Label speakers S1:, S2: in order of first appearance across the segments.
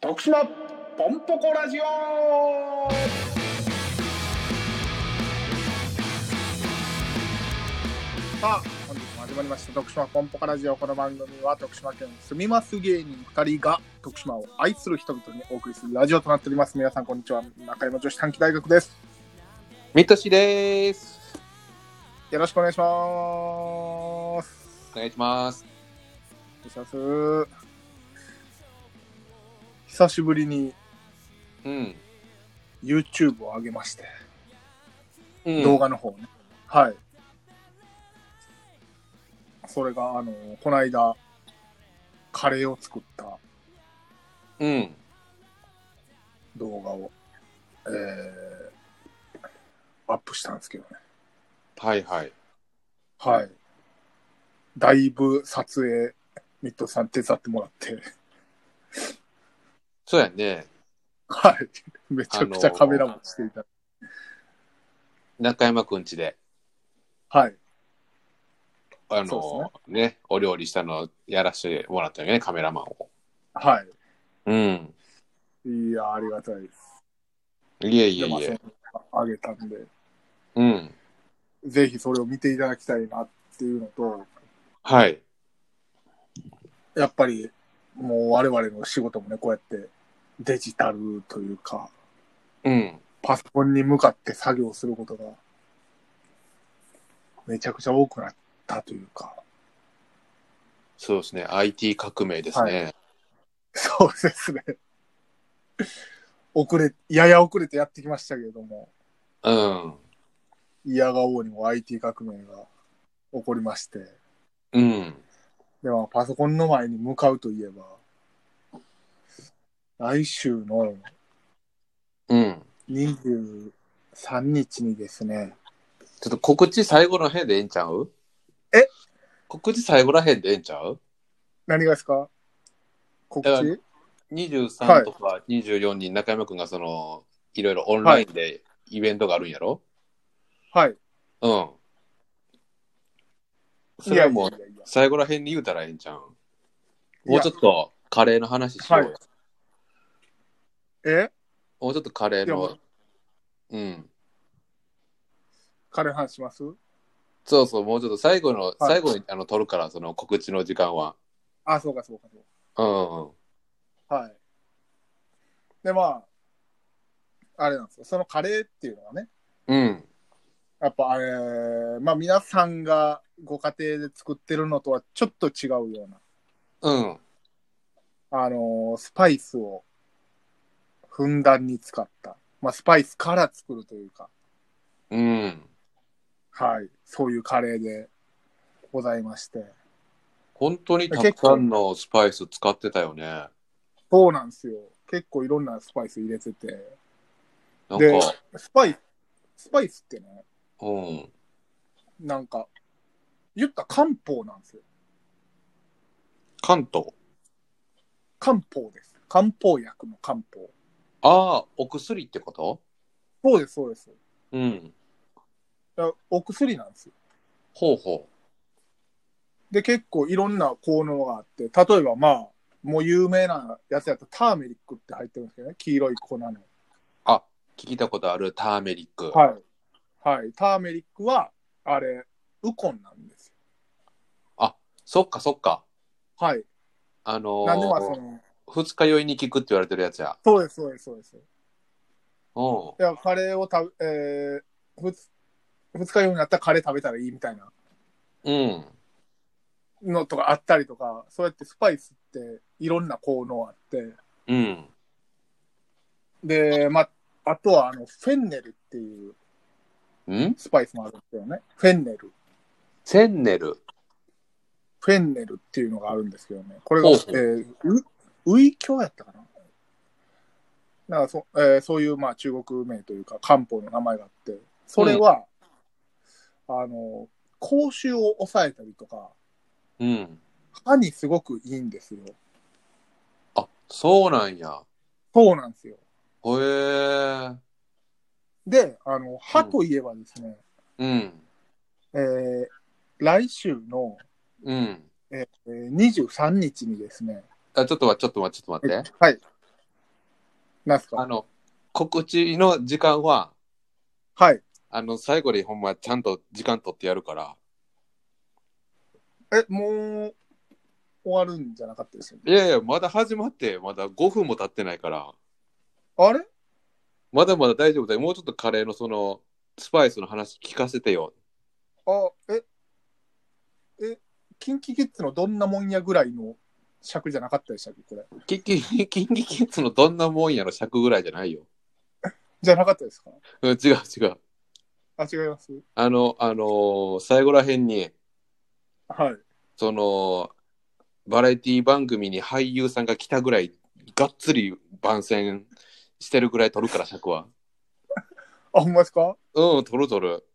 S1: 徳島ポンポコラジオさあ本日も始まりました徳島ポンポコラジオこの番組は徳島県に住みます芸人2人が徳島を愛する人々にお送りするラジオとなっております皆さんこんにちは中山女子短期大学です
S2: みとしです。
S1: よろしくお願いします
S2: お願いします。
S1: お願いします久しぶりに
S2: うん。
S1: YouTube を上げまして、
S2: うん
S1: 動。画の方ね。はい。それが、あの、この間、カレーを作った
S2: うん。
S1: 動画を、えー、アップしたんですけどね。
S2: はいはい。
S1: はい。だいぶ撮影、ミッドさん手伝ってもらって、
S2: そうやね。
S1: はい。 めちゃくちゃカメラもしていた。
S2: 中山くんちで、
S1: はい。
S2: あ
S1: そ
S2: の、ねお料理したのをやらせてもらったよね、カメラマンを。
S1: は
S2: うん。
S1: い。いや、ありがたいです。
S2: いえい
S1: で
S2: え
S1: まあ
S2: いえ。
S1: そのあげたんで、
S2: うん。
S1: ぜひそれを見ていただきたいなっていうのと、
S2: はい。
S1: やっぱりもう我々の仕事もね、こうやってデジタルというか、
S2: うん。
S1: パソコンに向かって作業することがめちゃくちゃ多くなったというか、
S2: そうですね。IT 革命ですね。
S1: そうですね。遅れ、やや遅れてやってきましたけれども、いやがおうにも IT 革命が起こりまして、
S2: うん。うん。
S1: ではパソコンの前に向かうといえば、来週の
S2: うん。
S1: 23日にですね、
S2: ちょっと告知最後の辺でええんちゃう
S1: え
S2: 告知最後ら辺でええんちゃう
S1: 何がですか告
S2: だか
S1: 知
S2: 23とか24に中山くんがそのいろいろオンラインでイベントがあるんやろ、
S1: はい。
S2: うん。そ
S1: い
S2: れ
S1: や
S2: はい
S1: や
S2: もう
S1: いやいや。
S2: 最後らへんに言うたらええんちゃうん。
S1: い
S2: もう
S1: や
S2: ちょっとカレーの話しようよ。
S1: はいえ
S2: もうちょっとカレー
S1: いやも
S2: の。うん。
S1: 彼の話します
S2: そうそう、もうちょっと最後の、
S1: い
S2: 最後にあの取るから、その告知の時間は。
S1: あ、そうかそうかそう
S2: うん。
S1: か。はい。で、まあ、あれなんですよ。そのカレーっていうのはね、
S2: うん。
S1: やっぱ、えー、まあ皆さんがご家庭で作ってるのとはちょっと違うような、
S2: うん。
S1: あのースパイスをふんだんに使った、まあスパイスから作るというか、
S2: うん。
S1: はい。そういうカレーでございまして。
S2: 本当にたくさんのスパイス使ってたよね。な
S1: そうなんですよ。結構いろんなスパイス入れてて。
S2: ん
S1: で
S2: か、、
S1: スパイス、スパイスってね、
S2: うん。
S1: なんか、言ったら漢方なんですよ。
S2: 関東。
S1: 漢方です。漢方薬の漢方。
S2: ああ、お薬ってこと
S1: そうです、そうです。
S2: うん。
S1: だからお薬なんですよ。
S2: ほうほ
S1: で、結構いろんな効能があって、例えばまあ、もう有名なやつやとターメリックって入ってるんですけどね、黄色い粉の。
S2: う。あ、聞いたことある、ターメリック。
S1: はい。はい。ターメリックは、あれ、ウコンなんですよ。
S2: そっかそっか。
S1: はい。
S2: あの
S1: なんでまあ、そ
S2: ー、
S1: の、
S2: 二日酔いに効くって言われてるやつや。
S1: そうです、そうです、そうです。
S2: うん。
S1: いや、カレーを食べ、えー、ふつ二日酔いになったらカレー食べたらいいみたいな
S2: うん。
S1: のとかあったりとか、そうやってスパイスっていろんな効能あって、
S2: うん。
S1: で、まあ、あとはあの、フェンネルっていうんスパイスもあるんですよね。フェンネル。
S2: フェンネル。
S1: フェンネルっていうのがあるんですけどね。これが、え
S2: ほうほう
S1: ー、ウウイキョウやったかななんかそ、えーそういう、まあ、中国名というか、漢方の名前があって、それは、あの、口臭を抑えたりとか、
S2: うん。
S1: 歯にすごくいいんですよ。
S2: あ、そうなんや。
S1: そうなんですよ。
S2: へえ。
S1: で、あの、歯といえばですね、
S2: うん。
S1: えー来週の、
S2: うん。
S1: えー、23日にですね、
S2: あ、ちょっと待って、ちょっと待って、ちょっと待って。
S1: はい。なんす
S2: あ
S1: か
S2: の、告知の時間は、
S1: はい。
S2: あの、最後でほんまちゃんと時間取ってやるから。
S1: え、もう、終わるんじゃなかったですよね。
S2: いやいや、まだ始まって、まだ5分も経ってないから、
S1: あれ
S2: まだまだ大丈夫だよ。もうちょっとカレーのその、スパイスの話聞かせてよ。
S1: あ、え、え、キンキキッズのどんなもんやぐらいの尺じゃなかったでしたっけこれ。
S2: キ ンキ、キンキキッズのどんなもんやの尺ぐらいじゃないよ。
S1: じゃなかったですか
S2: うん、違う違う。
S1: あ、違います
S2: あの、あのー最後らへんに、
S1: はい。
S2: その、バラエティ番組に俳優さんが来たぐらい、がっつり番宣してるぐらい取るから、尺は。
S1: あ、ほんまですか
S2: うん、取る取る。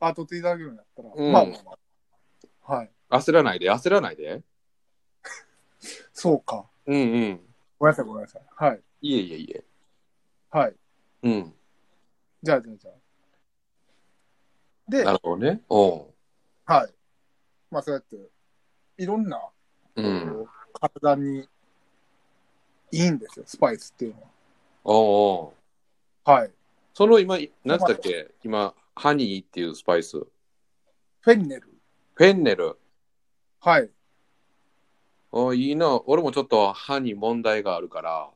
S1: あ、撮っていただけるんだったら。
S2: うん
S1: まあまあまあ。はい。
S2: 焦らないで、焦らないで。
S1: そうか。
S2: うんうん。
S1: ごめんなさい、ごめんなさい。はい。
S2: いえいえいえ。
S1: はい。
S2: うん。
S1: じゃあ、じゃあ、じゃあ。で、
S2: なるほどね。お
S1: はい。まあ、そうやって、いろんな、
S2: う。うん。
S1: こう体にいいんですよ、スパイスっていうの
S2: おうおう。
S1: は。はい。
S2: その今、何つったっけ今、ハニーっていうスパイス。フ
S1: フェンネル。
S2: ェンネル。
S1: はい。
S2: おいいな。俺もちょっと歯に問題があるから。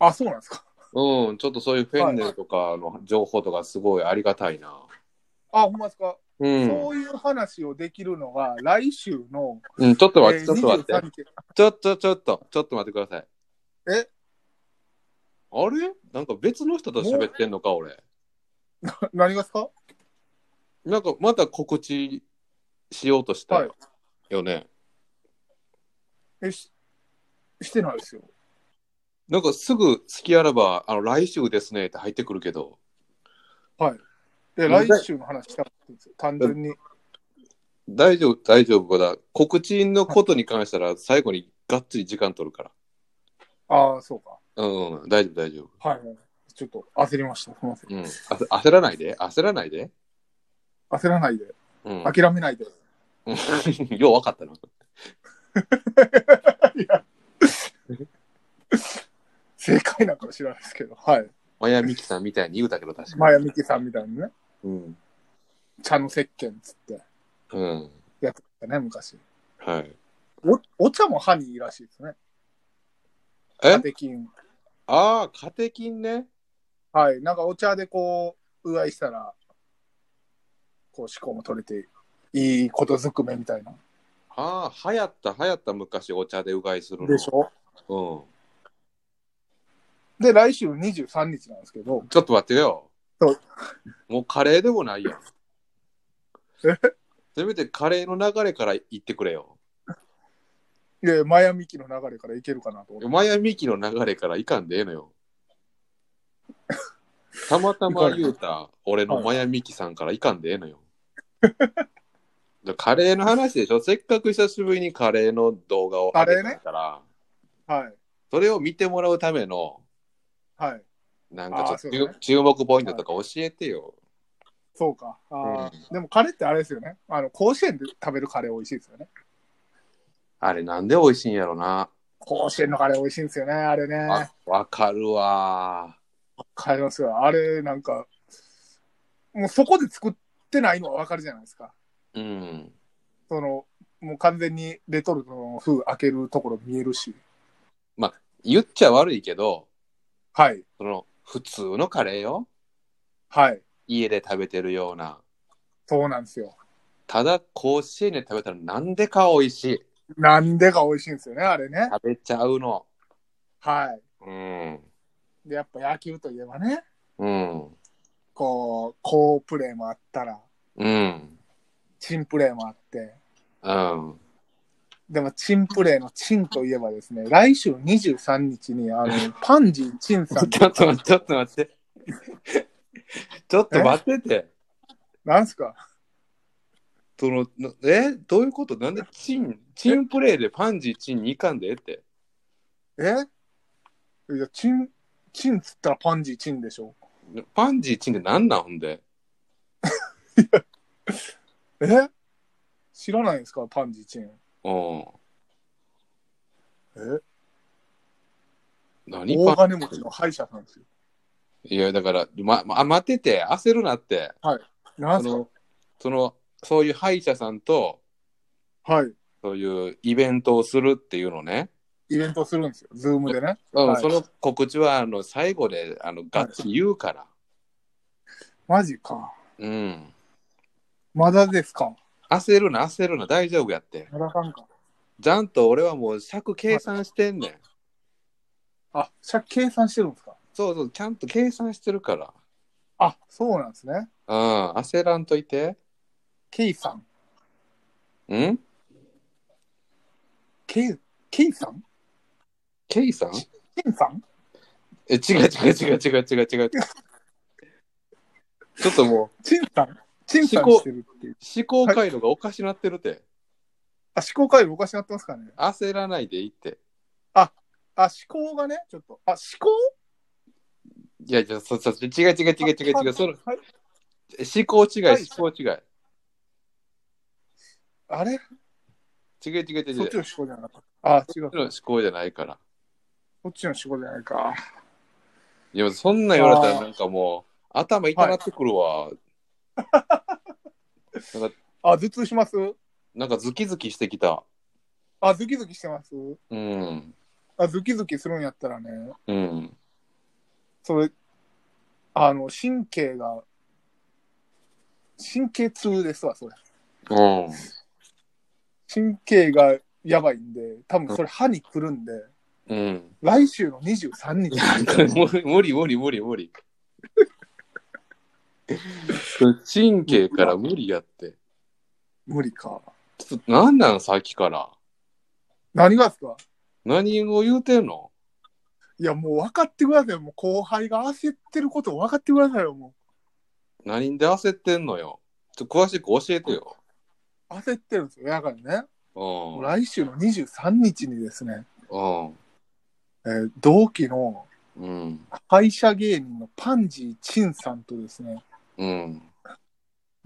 S1: あ、そうなんですか。
S2: うん、ちょっとそういうフェンネルとかの情報とかすごいありがたいな。
S1: あ、ほんまですか。
S2: うん。
S1: そういう話をできるのが、来週の、
S2: うん、ちょっと待っ
S1: え
S2: て、
S1: ー
S2: ちょっと待って。
S1: 23日。
S2: ちょっと、ちょっと、ちょっと待ってください。
S1: え
S2: あれなんか別の人と喋ってんのか、俺。
S1: 何がですか
S2: なんかまた告知しようとした
S1: はい
S2: よね。
S1: えし、してないですよ。
S2: なんかすぐ、好きあらば、あの、来週ですねって入ってくるけど。
S1: で、
S2: う
S1: 来
S2: ん
S1: 週の話したかったんですよ、単純に。
S2: 大丈夫、大丈夫だ。告知のことに関したら、最後にがっつり時間取るか
S1: ああ、そうか。
S2: ら。うん、うん、大丈夫、大丈夫。
S1: はいはい。ちょっと焦りました。すみません。
S2: うん。あ焦らないで、焦らないで。
S1: 焦らないで、
S2: うん。
S1: 諦めないで。
S2: うん よう分かったな。
S1: いや正解なんかは知らないですけど、はい。
S2: マヤミキさんみたいに言うたけど、確かに。
S1: マヤミキさんみたいなね、
S2: うん。
S1: 茶の石鹸っつって
S2: うん。
S1: やってたね、昔。
S2: はい。
S1: おお茶も歯にいいらしいですね。
S2: え
S1: カテキン。
S2: ああ、カテキンね。
S1: はい。なんかお茶でこう、うがいしたら、こう、思考も取れて、いいことずくめみたいな。
S2: ああ、流行った、流行った昔、お茶でうがいするの。
S1: でしょ
S2: ょ、
S1: で、来週23日なんですけど
S2: うん、、ちょっと待ってよ
S1: そう。
S2: もうカレーでもないやん。
S1: え
S2: せめてカレーの流れから言ってくれよ。
S1: いやいやマヤミキの流れからいけるかなと思って。
S2: マヤミキの流れからいかんでええのよ。たまたま言うた、俺のマヤミキさんからいかんでええのよ。カレーの話でしょせっかく久しぶりにカレーの動画を上げたから、
S1: はい。
S2: それを見てもらうための、
S1: はい。
S2: なんかちょっ
S1: あーそ
S2: と
S1: う
S2: 注,、
S1: だね
S2: 注目ポイントとか教えてよ。
S1: そうか。あーでもカレーってあれですよね。あの、甲子園で食べるカレー美味しいですよね。
S2: あれなんで美味しいんやろな。
S1: 甲子園のカレー美味しいんですよね。あれね。わ
S2: あわかるわ。
S1: かりますよ。あれ、なんか、もうそこで作ってないのはわかるじゃないですか。
S2: うん。
S1: その、もう完全にレトルトの風開けるところ見えるし。
S2: 言っちゃ悪いけど、
S1: はい。
S2: その普通のカレーよ。
S1: はい。
S2: 家で食べてるような。
S1: そうなんですよ。
S2: ただ甲子園で食べたらなんでか美味しい。
S1: なんでか美味しいんですよね、あれね。
S2: 食べちゃうの。
S1: は
S2: うん。
S1: い。で、やっぱ野球といえばね、
S2: うん。
S1: こう、好プレーもあったら、
S2: うん。
S1: チンプレーもあって、
S2: うん。
S1: でも、チンプレーのチンといえばですね、来週23日に、あの、パンジーチンさ ん、
S2: ちょっと待って、ちょっと待って。 ちょっと待ってて。
S1: なんすか
S2: そのなえどういうことなんでチン、チンプレーでパンジーチンにいかんでええって。
S1: えいや、チン、チンっつったらパンジーチンでしょ。
S2: パンジーチンってなんなんほんで。
S1: え知らないんですかパンジーチン。
S2: うん。
S1: え
S2: 何
S1: 大
S2: パン
S1: 金持ちの歯医者さんですよ。
S2: いや、だから、ま、ま、待ってて、焦るなって。
S1: なんすか
S2: その、そういう歯医者さんと、
S1: はい。
S2: そういうイベントをするっていうのね。
S1: イベントするんですよ。ズームでね。
S2: うん
S1: はい
S2: その告知は、あの、最後で、あの、ガッツリ言うから。
S1: マジか。
S2: うん。
S1: まだですか。
S2: 焦るな、焦るな、大丈夫やって。
S1: まだかんか。
S2: ちゃんと俺はもう尺計算してんねん。
S1: あ、借計算してるんですか。
S2: そうそう、ちゃんと計算してるから。
S1: あ、そうなんですね。
S2: うん、焦らんといて。
S1: ケイさん。
S2: ん
S1: ケイ、ケイさん
S2: ケイさん
S1: ケイさん
S2: え、違う違う違う違う違う違 う。ちょっともう、
S1: チンさんチンさん
S2: 思考
S1: してるっていう。
S2: 思考回路がおかしなってるて。
S1: あ、思考回路おかしなってますかね。
S2: 焦らないでいいって。
S1: あ、思考がね、ちょっと。あ、思考
S2: いやいや、そそそ違う違う違う違う違う。その
S1: はい
S2: 思考違い、
S1: はい
S2: 思考違い。
S1: あれ
S2: 違う違う違う違
S1: そっ
S2: う
S1: ち。の思考じゃなかった。あ、違う。
S2: そっちの思考じゃないから。
S1: そっちの思考じゃないか。
S2: いや、そんなん言われた
S1: あ
S2: ら
S1: ー
S2: なんかもう、頭痛なってくるわ。なんか、
S1: あ、頭痛します
S2: なんかズキズキしてきた。
S1: あ、ズキズキしてます
S2: うん。
S1: あ、ズキズキするんやったらね、
S2: うん。
S1: それ、あの、神経が、神経痛ですわ、それ。
S2: うん。
S1: 神経がやばいんで、多分それ歯にくるんで、
S2: うん。
S1: 来週の23日
S2: なんか 無理無理無理無理無理。神経から無理やって。
S1: 無理か。
S2: ちょっと何なんさっきから。
S1: 何がですか
S2: 何を言うてんの
S1: いや、もう分かってくださいよ。もう後輩が焦ってること分かってくださいよ。も
S2: 何で焦ってんのよ。ちょっと詳しく教えてよ。
S1: う焦ってるんですよ。だからね、もう
S2: う
S1: 来週の23日にですね、
S2: ん。
S1: えー同期の
S2: うん。うん。
S1: 敗者芸人のパンジーチンさんとですね、
S2: うん。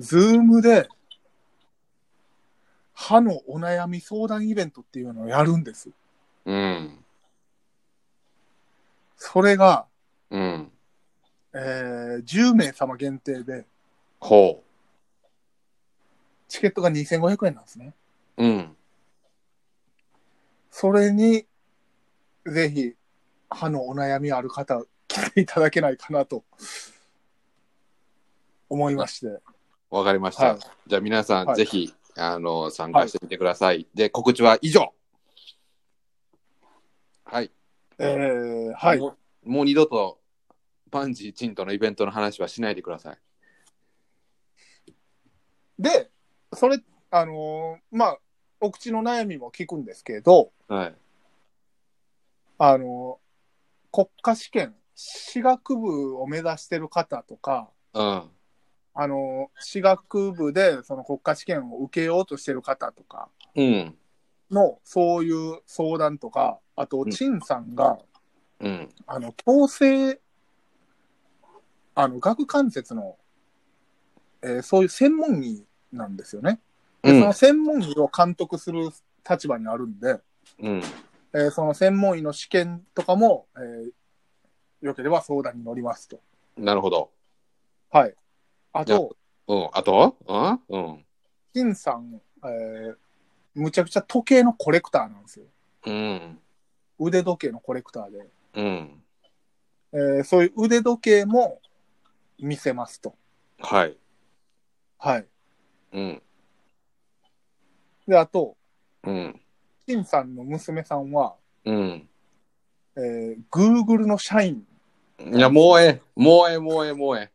S1: ズームで、歯のお悩み相談イベントっていうのをやるんです。
S2: うん。
S1: それが、
S2: うん。
S1: えー10名様限定で、
S2: ほ
S1: チケットが2500円なんですね。
S2: う。うん。
S1: それに、ぜひ、歯のお悩みある方、来ていただけないかなと、思いまして。
S2: わかりました。
S1: はい
S2: じゃあ皆さん、
S1: はい
S2: ぜひ、あの、参加してみてください。で、告知は以上はい。
S1: えー、はい。
S2: もうもう二度とパンジーチンとのイベントの話はしないでください。
S1: で、それ、あのーまあ、お口の悩みも聞くんですけど、
S2: はい。
S1: あの、国家試験、私学部を目指してる方とか、
S2: うん。
S1: あの、私学部でその国家試験を受けようとしてる方とか
S2: うん。
S1: の、そういう相談とか、あと、
S2: ん
S1: 陳さんが、
S2: うん。
S1: あの、矯正、あの、顎関節の、えーそういう専門医なんですよね。で
S2: うん
S1: その専門医を監督する立場にあるんで、
S2: うん。
S1: えーその専門医の試験とかも、えーよければ相談に乗りますと。
S2: なるほど。
S1: はい。あ
S2: じゃあ
S1: と、
S2: うん。あとはうん。
S1: 金さん、えーむちゃくちゃ時計のコレクターなんですよ。
S2: うん。
S1: 腕時計のコレクターで。
S2: うん。
S1: えーそういう腕時計も見せますと。
S2: はい。
S1: はい。
S2: うん。
S1: で、あと、
S2: うん。
S1: 金さんの娘さんは、
S2: うん。
S1: えー Google の社員
S2: いや、もうええ。もうええ、もうええ、もうえ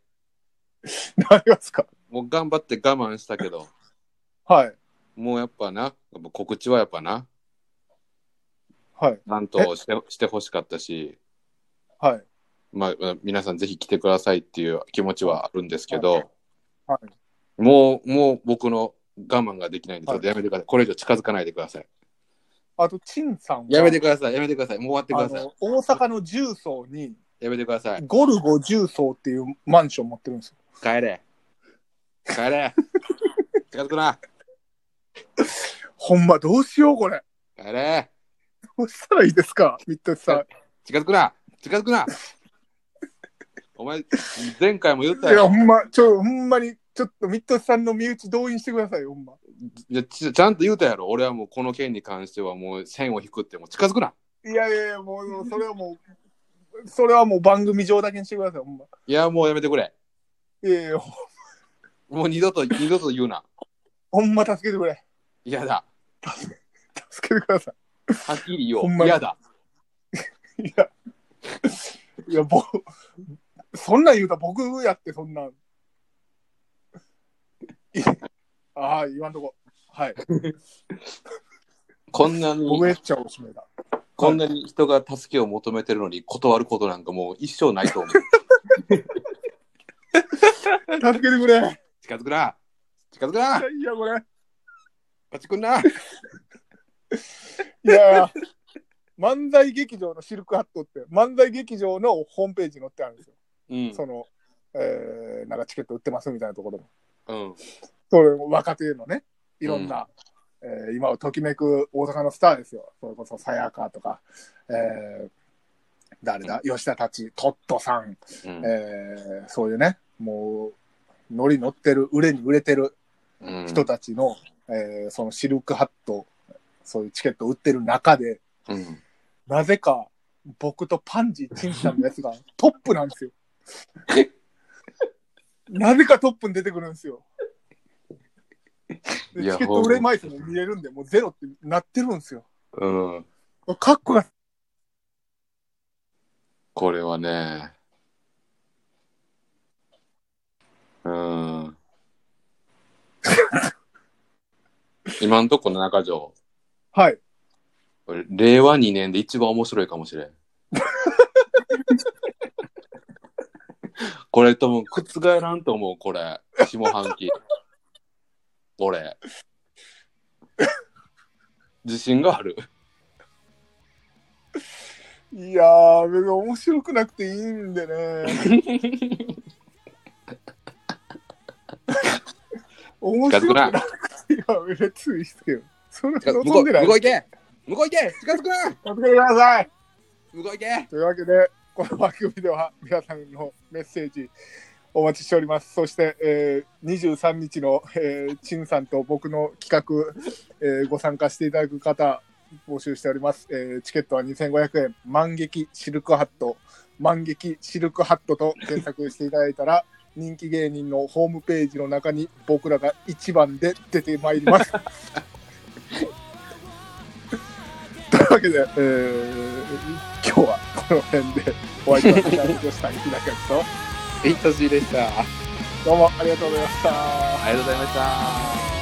S2: え。
S1: になりますか
S2: もう頑張って我慢したけど、
S1: はい。
S2: もうやっぱな、告知はやっぱな、
S1: はい。
S2: ちゃんとしてしてほしかったし、
S1: はい。
S2: まあ、皆さんぜひ来てくださいっていう気持ちはあるんですけど、
S1: はい。
S2: もう、もう僕の我慢ができないんで、ち
S1: はい
S2: ょっとやめてください。これ以上近づかないでください。
S1: あと、陳さんは、
S2: やめてください。やめてください。もう終わってくだ
S1: あ
S2: さい。
S1: の大阪の重曹に、
S2: やめてください。
S1: ゴルゴ重曹っていうマンション持ってるんですよ。
S2: 帰れ。帰れ。 近づくな。
S1: ほんま、どうしよう、これ。
S2: 帰れ。
S1: どうしたらいいですか、ミッドさん。
S2: 近づくな近づくなお前、前回も言った
S1: いや、
S2: よ。
S1: ほんま、ちょ、ほんまに、ちょっとミッドさんの身内動員してくださいよ、ほんま。
S2: いやちちゃんと言うたやろ。俺はもうこの件に関してはもう線を引くって、もう近づくない
S1: やいやいや、もう、もうそれはもう、それはもう番組上だけにしてください、ほんま。
S2: いや、もうやめてくれ。
S1: いやいや、
S2: もう二度と、二度と言うな。
S1: ほんま助けてくれ。
S2: 嫌だ。
S1: 助けてくださ
S2: はっきり言お
S1: ほ
S2: う。
S1: んまに
S2: 嫌だ。
S1: い。いや、いや、僕、そんなん言うたら僕やって、そんなん。いああ、言わんとこ。はい。
S2: こんな
S1: 僕
S2: に、
S1: やっちゃおしめだ。
S2: こんなに人が助けを求めてるのに断ることなんかもう一生ないと思う。
S1: 助けてくれ。いや、
S2: 近づくな近づくな
S1: これ。
S2: パチくんない
S1: や、漫才劇場のシルクハットって、漫才劇場のホームページに載ってあるんですよ。
S2: うん。
S1: その、えー、なんかチケット売ってますみたいなところの
S2: うん。
S1: それも若手のね、いろんな、えー今をときめく大阪のスターですよ。それこそ、さやかとか、えー誰だ、吉田たち、トットさん、
S2: うん
S1: えーそういうね、もう、ノリ乗ってる、売れに売れてる
S2: うん。
S1: 人たちの、えーそのシルクハット、そういうチケット売ってる中で、
S2: うん。
S1: なぜか、僕とパンジー・チンさんのやつがトップなん ですよ。なぜかトップに出てくるんですよ。で
S2: いや
S1: チケット売れ枚数も見えるんで、もうゼロってなってるんですよ。
S2: うん。
S1: カッコが、
S2: これはね。 うん。今んとこの中条、
S1: はい。
S2: 俺令和2年で一番面白いかもし れん。これ多分覆らんと思う、これ。下半期。俺。自信がある。
S1: いやー、別に面白くなくていいんでね。 面白くなくて、いや、別にいいっすけど。それは
S2: 向
S1: 望
S2: こ
S1: ん
S2: う
S1: でない。
S2: 行け向こう行け近づくな
S1: 助けてください
S2: 向こう行け
S1: というわけで、この番組では皆さんのメッセージお待ちしております。そして、えー、23日の、えー、陳さんと僕の企画、えーご参加していただく方、募集しております。えーチケットは2500円、万劇シルクハット、万劇シルクハットと検索していただいたら、 人気芸人のホームページの中に僕らが一番で出てまいります。というわけで、えー今日はこの辺でお会いしましょう。した 日高君と
S2: いい年でした。あ
S1: どうもありがとうございました。
S2: りがとうございました。